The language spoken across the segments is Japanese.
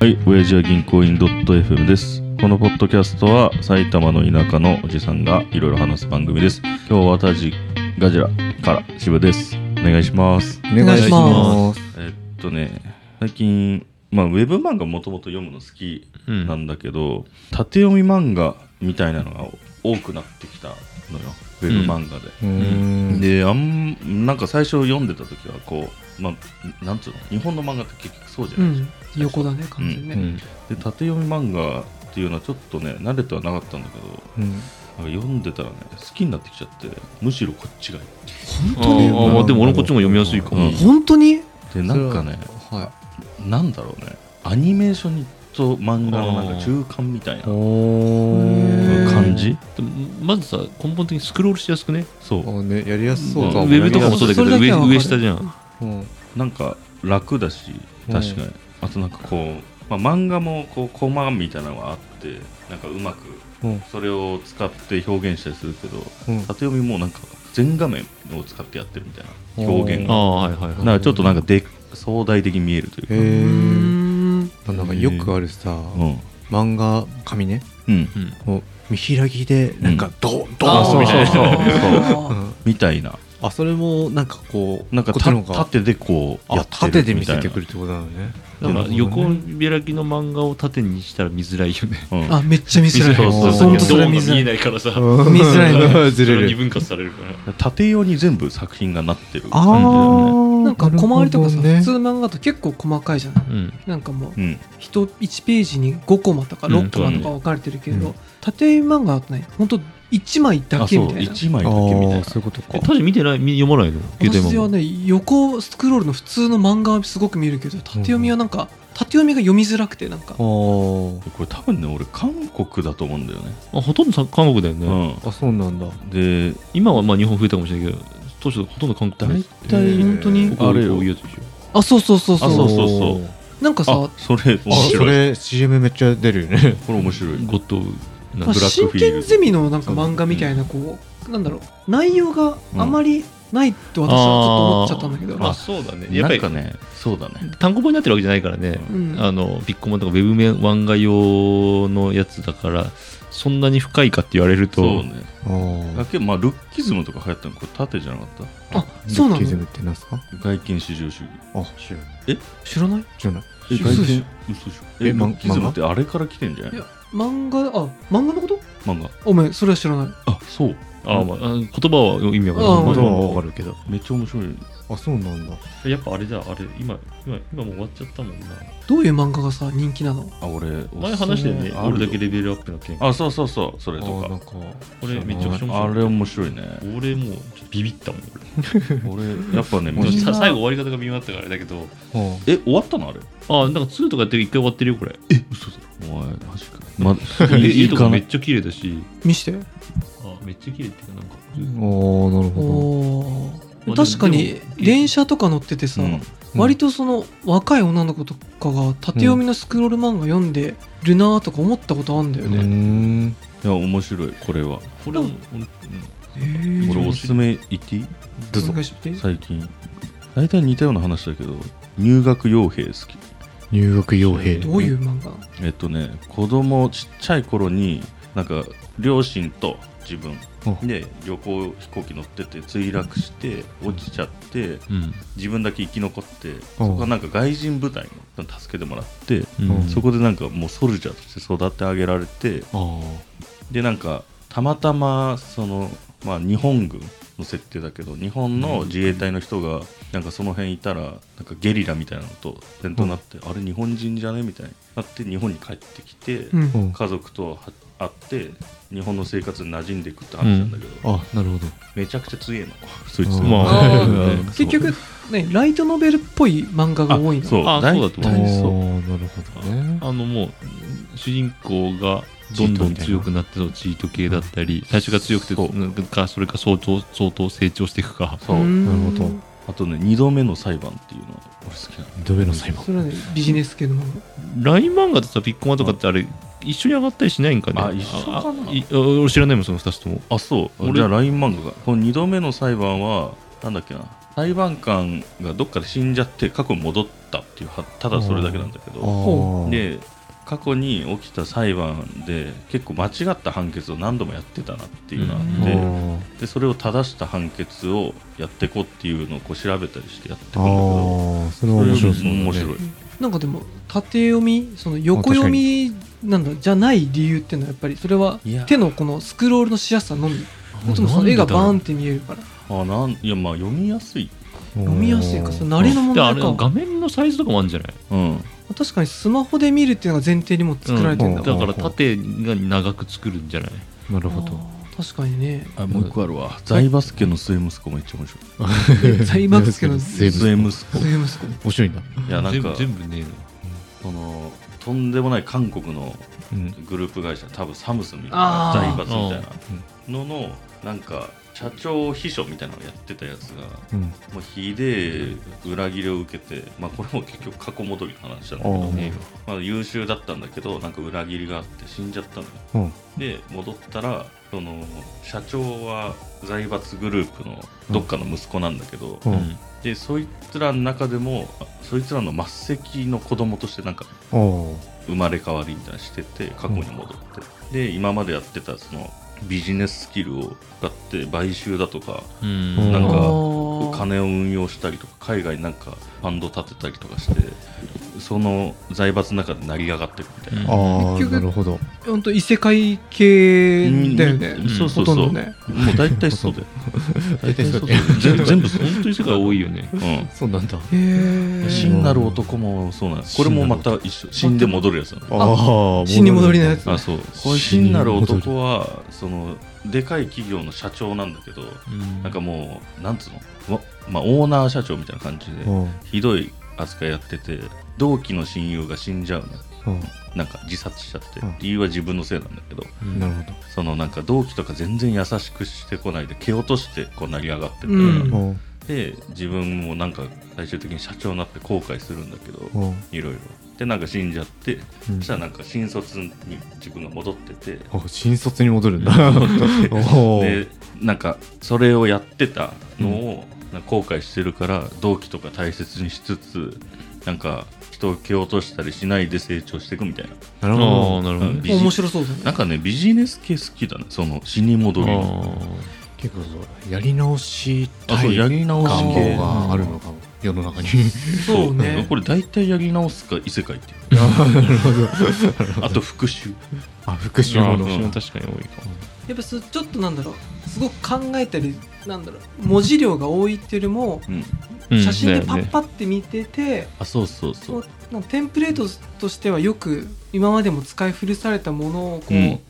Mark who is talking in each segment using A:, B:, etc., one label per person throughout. A: はい、親父は銀行員 .fm です。このポッドキャストは埼玉の田舎のおじさんがいろいろ話す番組です。今日はタジガジラから渋です。お願いします。。
B: お願いします
A: えっとね、最近、まあ、ウェブ漫画もともと読むの好き
C: うん
A: なんだけど、縦読み漫画みたいなのが多くなってきたのよ。ウェブ漫画で。
B: うーん。
A: であんなんか最初読んでた時はこう、まあ、なんつうの日本の漫画って結局そうじゃ
D: う
A: ないです
D: ん、横だね、完全
B: う
D: ね。
B: ん。
A: で縦読み漫画っていうのはちょっとね慣れてはなかったんだけど
B: うん。
A: なんか読んでたらね好きになってきちゃってむしろこっちがいい
D: 本当
B: あ
D: に
B: ー
C: ああでも俺こっちも読みやすいかも、
A: うん
D: 本当に
A: でなんかね
B: は。
A: なんだろうねアニメーションと漫画のなん
C: あ
A: か
C: ー
A: 中間みたいない
B: お
D: ー
A: 感じ
C: でもまずさ根本的にスクロールしやすくね
A: そう
B: あね、やりやすそう
C: ウ
B: かも。
C: ェブとかもそうだけど
D: それだけはわか
C: 上
D: る
C: 上下じゃん
B: うん。
A: なんか楽だし
B: うん
A: 確かにあとなんかこう、まあ、漫画もこうコマみたいなのがあってなんかうまく
B: うん。
A: それを使って表現したりするけど
B: うん。
A: 縦読みもなんか全画面を使ってやってるみたいな表現
C: あ
A: が
C: あはいはい
A: な
C: は
A: んかちょっとなんかで壮大的に見えるというか、
B: へ
D: うー
B: え。
D: ん。
B: なんかよくあるさ、
A: うん
B: 漫画、紙ね。
A: うん
C: い、うん、
B: こう見開きで、なんかドン、ド
D: あー
B: ンみたいな。
D: あ
B: うん
A: みたいな
B: あ、それもなんかこう、
A: なんか
B: こったちの方が
A: 縦でこうや
B: あ、
A: ってる
B: 縦で見せてく
A: る
B: るってことなのね。
C: だから横
B: なる
C: 開きの漫画を縦にしたら見づらいよね
A: みたい
D: ー
A: な、
D: あ、めっちゃ見づらい。
B: そうそうそう
D: 本当それ
C: ド
D: 見
C: ーンが見え
D: づらい。
C: ないからさ
B: ほどね
D: 見づらいね
B: ずれ
C: 二
B: る。
C: 分割されるから
A: うん縦用に全部作品がなってる感
B: あ
A: じだよね
B: ー。
D: なんか小回りとかさ、
B: なる
D: 普
B: ほ
D: 通
B: どね
D: の漫画だと結構細かいじゃない。
C: うん
D: なんかもう、
A: うん
D: 人1ページに5コマとか
C: うん
D: 6コマとか分かれてるけど、
B: うん
D: 縦漫画だとね、本当1枚だ
A: あ
D: け
A: そう
D: みたいな。
A: 一枚
B: あ
A: だけみたい
B: ー
A: な
B: そういうことか
C: え。タジ見てない見読まないの携帯
D: 私は
C: 漫画
D: ね、横スクロールの普通の漫画はすごく見るけど、縦読みはなんか、縦読みが読みづらくて、なんか、
B: あー
A: これ多分ね俺韓国だと思うんだよね、
C: あほとんどさ韓国だよね、
B: あ、そうなんだ。
A: うん、で
C: 今はまあ日本増えたかもしれないけど当初ほとんど韓国
A: 大
C: です
A: 体、
D: 本当に
C: あ
A: あれ
C: れ
A: よ
C: こういうやつでしょ
D: あ、そうそうそうそ
A: あ
D: う。
A: そうそうそう
D: なんかさ
A: あ、それ面
B: あ、そ
A: 白い
B: れ CM めっちゃ出るよ ね。
A: これ面白い
C: ゴッドなん
D: まあ
A: ブラック
D: 真
A: フィールド
D: 剣ゼミのなんか漫画みたいなこうなんだろう内容があまりないと私はちょっと思っちゃったんだけど、
A: あー
C: ま
D: ま
C: あ
D: あ
C: そうだねや
A: な
C: っぱ
A: ん
C: り
A: かねそうだね
C: 単行本になってるわけじゃないからね、
D: うん
C: あのビッグモンとかウェブメ漫画用のやつだからそんなに深いかって言われる
A: そ
C: と
A: うね
B: あー
A: だけどまあルッキズムとか流行ったのこれ縦じゃなかった
D: あそうな
B: ルッキズ
D: の
B: ムってなんすか
A: 外見至上主義
B: あ、知らない。
D: 知ら
B: 知らな
D: ない
B: い。
A: え
D: 嘘でしょ
A: 外見嘘でしょえ
B: え
A: ル
B: ま
A: ッキズムってあれから来てんじゃない
D: いや漫画あ漫画のこと
A: 漫画
D: お前それは知らない
A: あそう
C: あ、まあ、あ言葉は意味わか
D: あ
C: ん
D: ー
C: ない
B: はわかるけど。
A: めっちゃ面白い
B: あ、そうなんだ。
C: やっぱあれだあれ今今今もう終わっちゃったもんな
D: どういう漫画がさ人気なの
A: あ俺
C: 前話したよね
A: あるよ
C: 俺だけレベルアップの件
A: あそうそうそうそれ
B: あ
A: と
B: ーなん
A: か
B: か。
C: 俺めちゃくちゃ面白
A: あ
C: い
A: れ面白いね
C: 俺もうちょっとビビったもん
A: 俺やっぱね
B: 面白
C: 俺
B: い
A: みん
C: さ
A: な
C: 最後終わり方が微妙だったからあれだけど
B: は
A: え終わったのあれ
C: あなんか2とかやってる一回終わってるよこれ
A: 嘘だお前マジかまいい
C: 絵
A: い
C: とか
A: かな
C: めっちゃ綺麗だし
D: 見して
C: あめっちゃ綺麗っていうかなんか
B: あー、なるほ
D: お
C: ま
D: ー
C: あ
D: 確か
C: で
D: に
C: もでも
D: 電車とか乗っててさ、
A: うん
B: ど。
D: 割とその若い女の子とかが縦読みのスクロール漫画読んでるなーとか思ったことあるんだよ
B: うー
D: ね、
B: ん。
A: いや面白いこれは
C: これも俺
D: へー
A: 俺おすすめ言っていい
B: どう
D: お
B: ぞ
D: 願。いして
A: 最近大体似たような話だけど入学傭兵好き
B: 入学傭兵。
D: どういう漫画
A: えっとね子供ちっちゃい頃になんか両親と自分
B: うん
A: で旅行飛行機乗ってて墜落して落ちちゃって
C: うん
A: 自分だけ生き残ってそこはなんか外人部隊の助けてもらって
B: うん
A: そこでなんかもうソルジャーとして育て上げられて
B: あー
A: でなんかたまたまその、まあ、日本軍の設定だけど日本の自衛隊の人がなんかその辺いたらなんかゲリラみたいなのと戦闘になって、あれ日本人じゃねみたいになって日本に帰ってきて、
D: うん
B: うん。
A: 家族とは会って日本の生活に馴染んでいくって話なんだけど、
B: あ、なるほど。
A: めちゃくちゃ強いのそいつ
B: あー
C: ま
A: あ
C: あ
D: あ
C: ー
D: 結局ねライトノベルっぽい漫画が多いの
A: そう
C: あそうだと
A: 大
B: あー、な
A: 体そう
B: るほどね。
C: あのもう主人公がどんどん強くなってそうチート系だったり最初が強くて
A: そう
C: なんかそれか相当相当成長していくか
A: そう
D: ーん
B: なるほど
A: あとね2度目の裁判っていうのが俺好きなの
B: 二度目の裁判。
D: それはねビジネス系の漫
C: ライン漫画とさピッコマとかってあれ一緒に上がったりしないんかね
A: あ一緒かな
C: あい俺知らないもんその2つとも
A: あそう
C: 俺
A: じゃあ LINE 漫画がこの2度目の裁判はなんだっけな裁判官がどっかで死んじゃって過去に戻ったっていうはただそれだけなんだけ
B: あ
A: ど
B: ー
A: で過去に起きた裁判で結構間違った判決を何度もやってたなっていうのがあ
B: あ
A: って、
B: ー
A: でそれを正した判決をやってこっていうのをこう調べたりしてやってくんだけど
B: ああそれは面白そうだね
A: 面白い
D: なんかでも縦読みその横読みなんだじゃない理由っていうのはやっぱりそれはい
A: や
D: 手のこのスクロールのしやすさのみ
C: あ
D: いつもその絵がバーンっ
C: で
D: て見えるから
A: あなんいやまあ読みやすい、
D: 読みやすいかその慣れの問
C: あ
D: 題
C: れ
D: か
C: 画面のサイズとかもあるんじゃない
A: うん、
D: 確かにスマホで見るっていうのが前提にも作られてんだ、
B: う
C: だ
B: ん
C: から縦が長く作るんじゃない
B: なるほ
D: あ
B: ど
D: ー確かにね
A: あもう一個あるわ財バスケの末息子めっちゃ面白い
D: 財閥家 の
B: セー
A: 末息
B: ブ
A: 子
D: 末息子
B: 面白いんだ
A: いやなん
C: 全部
A: か
C: 全部ね
A: そのとんでもない韓国の
B: うん
A: グループ会社多分サムスンみたい
D: あ
A: な財
D: ー
A: 閥みたいなののなんか社長秘書みたいなのをやってたやつが
B: うん
A: もうひでえ裏切りを受けて、まあ、これも結局過去戻りの話なんだけ
B: あ
A: ど
B: ー、
C: ね
A: まあ、優秀だったんだけどなんか裏切りがあって死んじゃったのよ
B: うん
A: で戻ったらその社長は財閥グループのどっかの息子なんだけど、
B: うん
A: でそいつらの中でもそいつらの末席の子供としてなんか
B: あー
A: 生まれ変わりみたいなのしてて過去に戻って、で今までやってたそのビジネススキルを使って買収だとか
C: うん
B: うん
A: なんか
D: お
A: 金を運用したりとか海外になんかファンド立てたりとかしてその財閥の中で成り上がってるみたいな、
C: うん
B: あー
D: 結局
B: なるほど
D: ほんと異世界系だよね
A: うんそうそう
D: ほ
A: そ
D: と
A: うん
D: どね
A: もう大体そう だよ
B: 大体そうだね
A: 全部全部そう、
C: 本当に世界多いよね
A: うん
B: そうなんだ
D: へえ
A: 死んだる男もそうなんですこれもまた一緒死んで戻るやつなんだ
B: ああ
D: 死に戻りのやつ
A: あそうこれ死んだる男はそのでかい企業の社長なんだけど
C: うん
A: なんかもうなんつうのわまあオーナー社長みたいな感じで
B: うんうん
A: ひどい扱いやってて同期の親友が死んじゃうのなんか自殺しちゃって
B: うん
A: 理由は自分のせいなんだけど
B: なるほど
A: そのなんか同期とか全然優しくしてこないで蹴落としてこう成り上がってて、
D: うん
B: うん
A: で自分もなんか最終的に社長になって後悔するんだけど、
B: うん
A: いろいろでなんか死んじゃって、
B: うん
A: そしたらなんか新卒に自分が戻ってて
B: あ新卒に戻るんだおー
A: でなんかそれをやってたのを、なんか後悔してるから同期とか大切にしつつなんか人を蹴落としたりしないで成長していくみたいな
B: なる
C: あ
B: ほ
C: あ
B: ど
C: なるほど
A: うん
C: ね
A: ビジ
D: 面白そうだね
A: なんかねビジネス系好きだねその死に戻りの
B: 結構そうやり直したい
A: あそうやり直し
B: 願
A: 系
B: 望があるのかも世の中に
D: そうね
A: これ大体やり直すか異世界っていう
B: なるほど
A: あと復讐
B: あ復
C: 私
B: 讐もの
C: も確かに多いかも
D: やっぱすちょっとなんだろうすごく考えたりなんだろう文字量が多いっていうよりも
A: うん
C: うん
D: 写真でパ
C: だよ
D: ッ
C: ね
D: パって見てて、
A: あそうそうそ
D: そう
A: う
D: なんかテンプレートとしてはよく今までも使い古されたものをこ
A: うん
D: う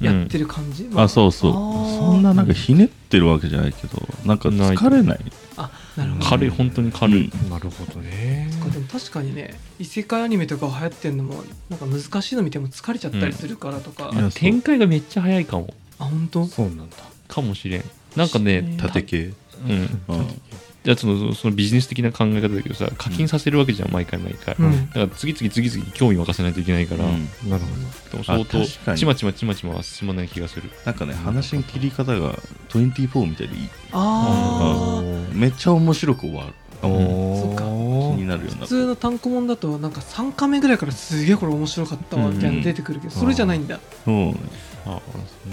D: やってる感じ、ま
A: あそうそう
D: あー
A: そんななんかひねってるわけじゃないけどなんか疲れない
D: あなるほど
C: 軽い本当に軽い、
B: なるほどね
D: そっかでも確かにね異世界アニメとか流行ってんのもなんか難しいの見ても疲れちゃったりするからとか、
A: うん
D: あ
A: いや
C: 展開がめっちゃ早いかも
D: 本当
B: そうなんだ
C: かもしれんなんかね
D: た
A: 縦系
C: うん
A: うん
C: じゃあそのそのビジネス的な考え方だけどさ課金させるわけじゃん毎回毎回、
D: うん
C: だから次々次々興味沸かせないといけないから、
A: うん
B: なるほ
C: でも相
A: あ確か
C: 当
A: に
C: ちまちまちまちま進まない気がする
A: なんかね話の切り方が24みたいでいい
D: あー
A: めっちゃ面白く終わる
B: どお
D: そっか
A: 気
B: お
A: になるようになっ
D: 普
A: た
D: 通の単行本だとなんか3巻目ぐらいからすげえこれ面白かったわみたいなの出てくるけど、
B: うん
D: それじゃないんだ、
A: そうね
C: あ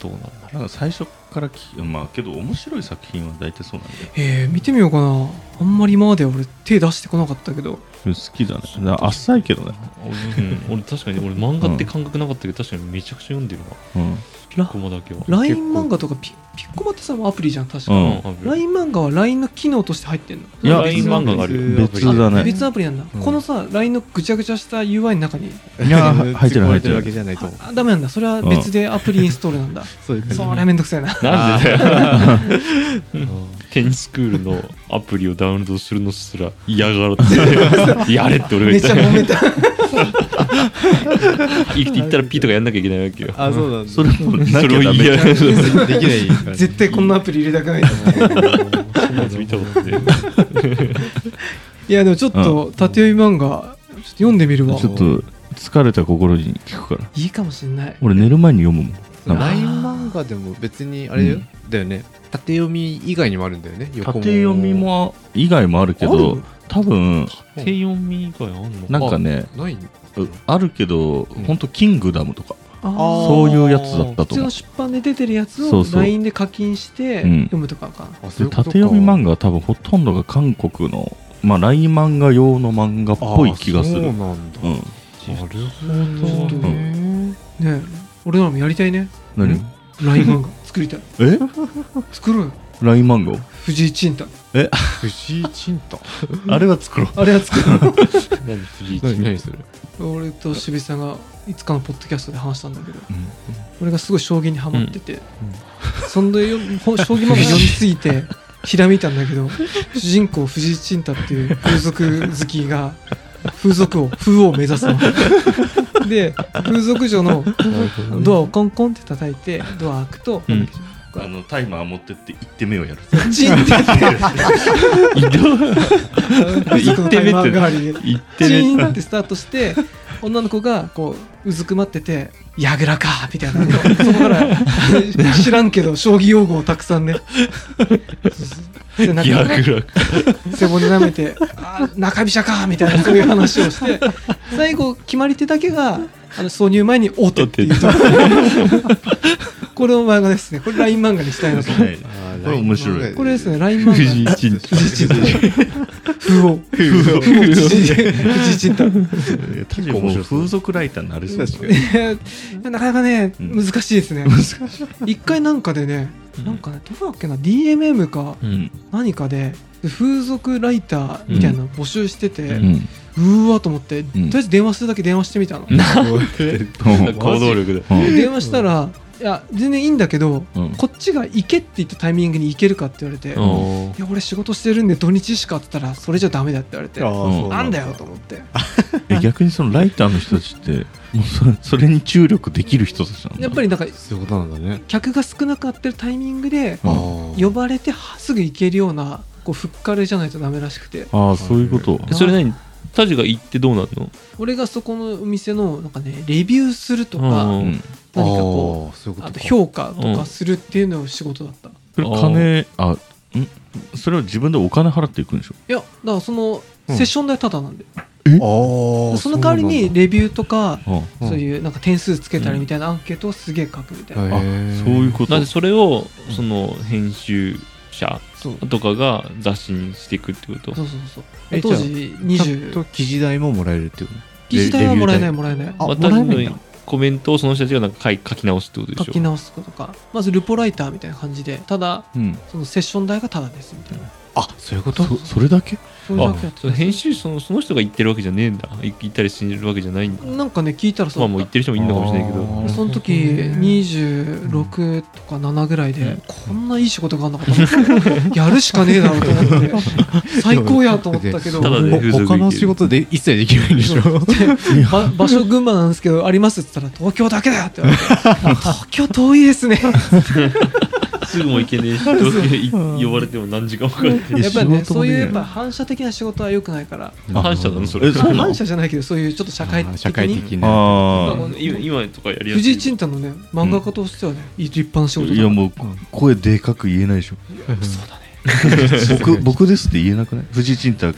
C: どうなんだろ
A: なんか最初からきまあけど面白い作品は大体そうなんだよ
D: えー、見てみようかなあんまり今まで俺手出してこなかったけど
A: 好きだねな浅いけどね
C: う俺,、うん、俺確かに俺漫画って感覚なかったけど、確かにめちゃくちゃ読んでるな
A: うん
C: ピコマだけは
D: LINE 漫画とかピピッコマってさアプリじゃん確
A: う
D: か、
A: ん
C: うん
D: LINE 漫画は LINE の機能として入ってんの
A: いや
C: LINE 漫画があるよ
A: 別だね
D: 別のアプリなんだ、
B: うん
D: このさ LINE のぐちゃぐちゃした UI の中に
A: いや入ってる入ってる
B: 突込まれわけじゃないと
D: あダメなんだそれは別でアプリインストールなんだ、
B: そういう感じ
D: そりゃめんどくさいな
C: なんでだよ
B: うん
C: テニスクールのアプリをダウンロードするのすら嫌がらってやれって俺
D: め
C: が言っ
D: っちゃ
C: た
D: 揉めた
C: 行ったらピーとかやんなきゃいけないわけよ
B: あそうなんだ
A: それもなき
C: それ
A: ゃ
C: を
A: ダ
C: 嫌
A: メ
C: が る
B: できないからね
D: 絶対こんなアプリ入れたくない
C: 見たことない
D: いやでもちょっと縦読み漫画ちょっと読んでみるわ
A: ちょっと疲れた心に聞くから
D: いいかもしれない
A: 俺寝る前に読むもんなんか
B: ライン漫画でも別にあれだよ,、
A: う
B: だよね縦読み以外にもあるんだよね横も
A: 縦読みも以外もあるけ
D: あ
A: ど
D: る
A: 多分
C: 手読み以外あんの
A: なんかね
B: ない
A: うあるけど
B: ん
A: 本当キングダムとか
D: あ
A: そういうやつだった
D: あ
A: と
D: 普通
A: 思う
D: の出版で出てるやつ
A: そ
D: を
A: うそう
D: LINE で課金して
A: うん
D: 読むとかかな
B: あ
A: で縦読み漫画は多分ほとんどが韓国のまあライン漫画用の漫画っぽい気がす
B: あ
A: る
B: そう
A: う
B: なんだ、
A: ん
B: なるほ
D: ちょっと
B: どね、
D: ねね俺らもやりたいね
A: 何
B: ん
D: LINE 漫画作りたい
A: え
D: 作ろうよ
A: ライン漫画
D: 藤井陳太
B: 藤井陳太
A: あれは作ろう
D: あれは作
C: 何次
B: 何何する
D: る俺と渋井さんがいつかのポッドキャストで話したんだけど
A: ん
D: 俺がすごい将棋にハマってて、そんでよほ将棋漫画読みすぎてひらめいたんだけど主人公藤井陳太っていう風俗好きが風俗王風王を目指すので風俗女のドアをコンコンって叩いてドア開くと、
C: うん
A: あのタイマー持ってって行ってみようやる
D: チンって
C: 移動
D: 風俗のタイマー代わりに
C: 行って
D: チ
C: ね
D: ーンってスタート して女の子がこううずくまってて「やぐらか」みたいなそこから知らんけど将棋用語をたくさんね背中
C: ヤクラ
D: 背骨舐めて「あー中飛車か」みたいなそういう話をして最後決まり手だけがあの挿入前に「お手」っていう これの漫画ですねこれ LINE 漫画にしたいなと思う
A: これ面白い
D: これですね LINE 漫画
C: 藤井 陳太
D: 藤井陳太不王不王藤井陳太
A: 確
B: 構面白そう
A: 風俗ライターになりそう
B: 確か
A: だ
B: に
A: ね
D: いや なかなかね、
A: うん
D: 難しいですね。一回なんかでね、なんかね、どうだっけな、DMM か
C: うん
D: 何かで、風俗ライターみたいなの募集してて、う
A: うん
D: ーわと思って、とりあえず電話するだけ電話してみたの。
A: うん
C: 行動力だ
A: うん
D: 電話したら、いや、全然いいんだけど、
A: うん
D: こっちが行けって言ったタイミングに行けるかって言われて、い
C: あ
D: や、俺仕事してるんで土日しかって言ったら、それじゃダメだって言われて、
A: ー
D: なんだよと思って。
A: え逆にそのライターの人たちってもうそれそれに注力できる人たちなんだ
D: やっぱりなんか、
B: そういうことなんだね
D: 客が少なくなってるタイミングで、
A: あ
D: 呼ばれてはすぐ行けるようなこうふっかれじゃないとダメらしくて
A: ああそういうこと
C: あそれ何タジが行ってどうなんの
D: 俺がそこのお店のなんかねレビューするとか、
C: うん
A: うん
D: 何かこ
B: うそういう
D: う
B: こ
D: あ
B: と
D: と
B: か
D: 評価とかするっていうのを仕事だった、い
A: それ金あんそれは自分でお金払っていくんでしょ
D: やだからその
B: う
D: セ
B: ん
D: ッション代タダなんで、
B: ああ
D: その代わりにレビューとか
A: あ
B: うん
D: そういうなんか点数つけたりみたいなアンケートをすげえ書くみたいな、
A: あそういうこと
C: なんでそれをその編集者
D: そう
C: とかが雑誌にしていくってこと
D: そうそうそう
B: え
D: 当時20
B: と記事代ももらえるってこと
D: 記事代はもらえない
B: レビュー代
D: もらえない
B: あもらえ
C: 私
B: ないんだ
C: のコメントをその人たちがなんか書い書き直すってこと
D: 書
C: でし
D: き
C: ょ
D: 直すとかまずルポライターみたいな感じでただ
A: うん
D: そのセッション代がタダですみたいな
B: あそういうこと
A: そそれだけ
D: そういうだけ
C: あ
D: やって
C: その編集そのその人が言ってるわけじゃねえんだい行ったりしてるわけじゃないんだ
D: なんかね聞いたら
C: ま
D: そ
C: あもう行ってる人もいるのかもしれないけ
B: あ
C: ど
B: ー
D: その時26とか7ぐらいで、
C: うん
D: こんないい仕事があんのかと思って やるしかねえだろうと思って最高やと思ったけど
C: ただで
B: ほ
C: 風俗行け
B: 他
C: る
B: の仕事で一切できないんでしょ
D: ば場所群馬なんですけどありますって言ったら東京だけだよって言われて東京遠いですね
C: すぐも行けねえしどうせい 呼ばれても何時間もかかる
D: やっぱりね
A: 仕事
D: そ
A: も
D: う
A: ね
D: いうやっぱ反射的な仕事は良くないから
A: あ
C: 反社なのそ
A: え
C: れ
A: そうなの
D: 反射じゃないけどそういうちょっと社会
B: あ
D: 的
B: ー
D: に
B: 社会的な
A: あ
D: うん
C: 今今とかやりやすい
D: 藤井陳太のね漫画家としてはね、立派な仕
A: あ
D: 事
A: い
D: だ
A: やもう声でかく言えないでしょ
B: そうだ
A: 僕僕ですって言えなくない藤井陳太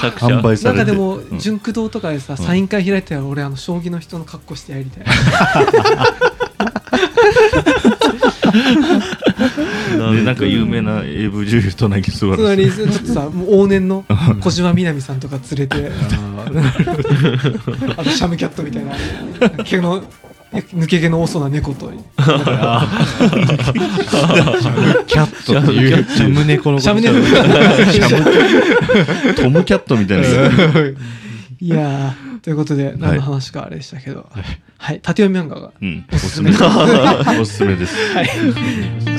C: 作者
A: 販売さ
D: なん
A: れ
D: か
A: て
D: でも
A: うん
D: 純駆動とかでさ、サイン会開いたら俺あの将棋の人の格好して やりたい
A: でなんか有名な AV 女優となぎすば
D: つ
A: ら
D: ま
A: しい
D: りちょっと さもう往年の小島みなみさんとか連れてあとシャムキャットみたいな毛の抜け毛の多そうな猫と
B: キャットっていうシャム猫のこと
D: シャムネ コ
A: トムキャットみたいな
D: いやーということで何の話かあれでしたけどはい、縦読み漫画が
A: うんおすすめですおすすめです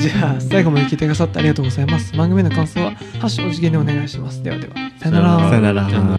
D: じゃあ最後まで聞いてくださってありがとうございます番組の感想は「ハッシュお次元」でお願いしますではではさよな ら
B: さよなら